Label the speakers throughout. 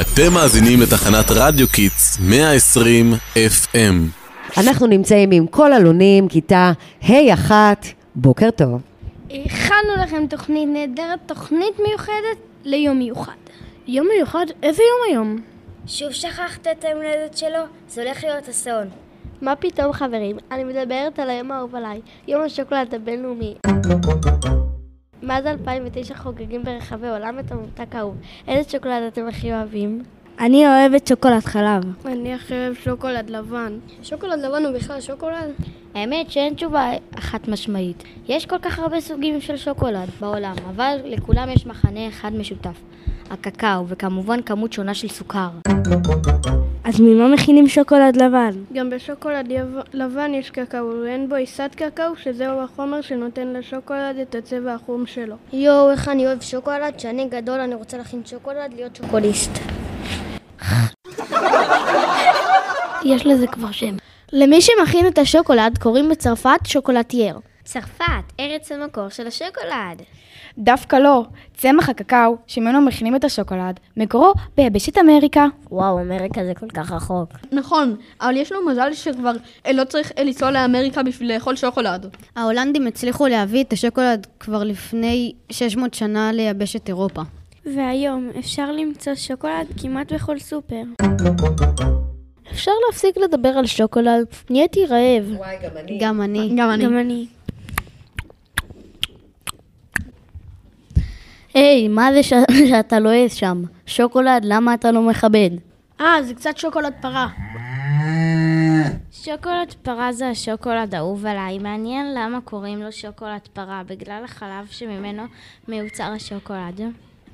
Speaker 1: אתם מאזינים לתחנת רדיו קיטס 120 FM.
Speaker 2: אנחנו נמצאים עם כל אלונים, כיתה ה'-1, בוקר טוב.
Speaker 3: הכנו לכם תוכנית נהדרת, תוכנית מיוחדת ליום מיוחד.
Speaker 4: יום מיוחד? איזה יום היום?
Speaker 5: שוב שכחת את היום הולדת שלו? זה הולך להיות אסון.
Speaker 6: מה פתאום חברים? אני מדברת על היום האהוב עליי, יום השוקולד הבינלאומי. מאז 2009 חוגגים ברחבי העולם את הממתק האהוב. איזה שוקולד אתם הכי אוהבים?
Speaker 7: אני אוהבת שוקולד חלב.
Speaker 8: אני הכי אוהב שוקולד לבן.
Speaker 9: שוקולד לבן הוא בכלל שוקולד?
Speaker 10: האמת שאין תשובה חד משמעית. יש כל כך הרבה סוגים של שוקולד בעולם, אבל לכולם יש מכנה אחד משותף. הקקאו, וכמובן כמות שונה של סוכר.
Speaker 7: אז ממה מכינים שוקולד לבן?
Speaker 8: גם בשוקולד לבן יש קקאו, אין בו עיסת קקאו, שזהו החומר שנותן לשוקולד את הצבע החום שלו.
Speaker 9: יואו, איך אני אוהב שוקולד, שאני גדול אני רוצה להכין שוקולד, להיות שוקוליסט.
Speaker 6: יש לזה כבר שם.
Speaker 4: למי שמכין את השוקולד קוראים בצרפת שוקולטייר.
Speaker 5: צרפת, ארץ המקור של השוקולד.
Speaker 11: דווקא לא. צמח הקקאו, שממנו מכינים את השוקולד, מקורו ביבשת אמריקה.
Speaker 5: וואו, אמריקה זה כל כך רחוק.
Speaker 4: נכון, אבל יש לו מזל שכבר לא צריך לנסוע לאמריקה בשביל לאכול שוקולד.
Speaker 12: ההולנדים הצליחו להביא את השוקולד כבר לפני 600 שנה ליבשת אירופה.
Speaker 13: והיום אפשר למצוא שוקולד כמעט בכל סופר.
Speaker 4: אפשר להפסיק לדבר על שוקולד? נהייתי רעב.
Speaker 12: וואי, גם אני. גם אני.
Speaker 4: גם אני.
Speaker 13: גם אני.
Speaker 6: היי, מה זה ש... שאתה לועס שם? שוקולד, למה אתה לא מכבד?
Speaker 4: אה, זה קצת שוקולד פרה.
Speaker 9: שוקולד פרה זה השוקולד האהוב עליי. מעניין למה קוראים לו שוקולד פרה, בגלל החלב שממנו מיוצר השוקולד.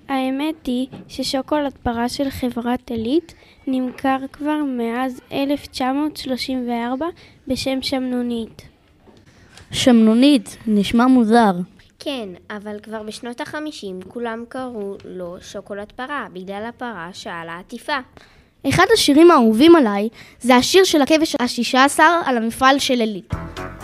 Speaker 13: האמת היא ששוקולד פרה של חברת עילית נמכר כבר מאז 1934 בשם שמנונית.
Speaker 6: שמנונית, נשמע מוזר.
Speaker 5: כן, אבל כבר בשנות החמישים כולם קראו לו שוקולד פרה, בגלל הפרה שעל העטיפה.
Speaker 4: אחד השירים האהובים עליי זה השיר של הכבש השישה עשר על המפעל של עילית.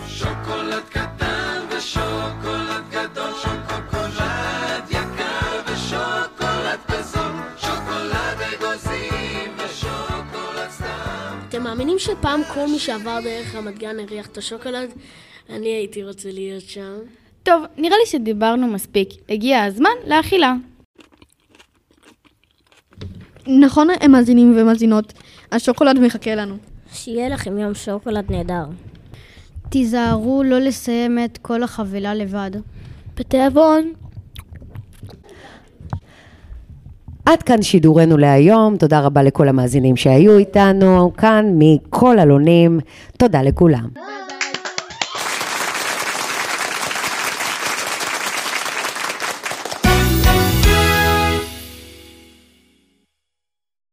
Speaker 14: שוקולד קטן ושוקולד גדול, שוקולד יקר ושוקולד בזול, שוקולד אגוזים ושוקולד סתם.
Speaker 4: אתם מאמינים שפעם כל מי שעבר דרך רמת גן הריח את השוקולד? אני הייתי רוצה להיות שם.
Speaker 11: טוב, נראה לי שדיברנו מספיק. הגיע הזמן לאכילה.
Speaker 4: נכון, הם מאזינים ומאזינות. השוקולד מחכה לנו.
Speaker 5: שיהיה לכם יום שוקולד נהדר.
Speaker 12: תיזהרו לא לסיים את כל החבילה לבד.
Speaker 4: בתיאבון.
Speaker 2: עד כאן שידורנו להיום, תודה רבה לכל המאזינים שהיו איתנו, כאן מכל אלונים, תודה לכולם. ביי.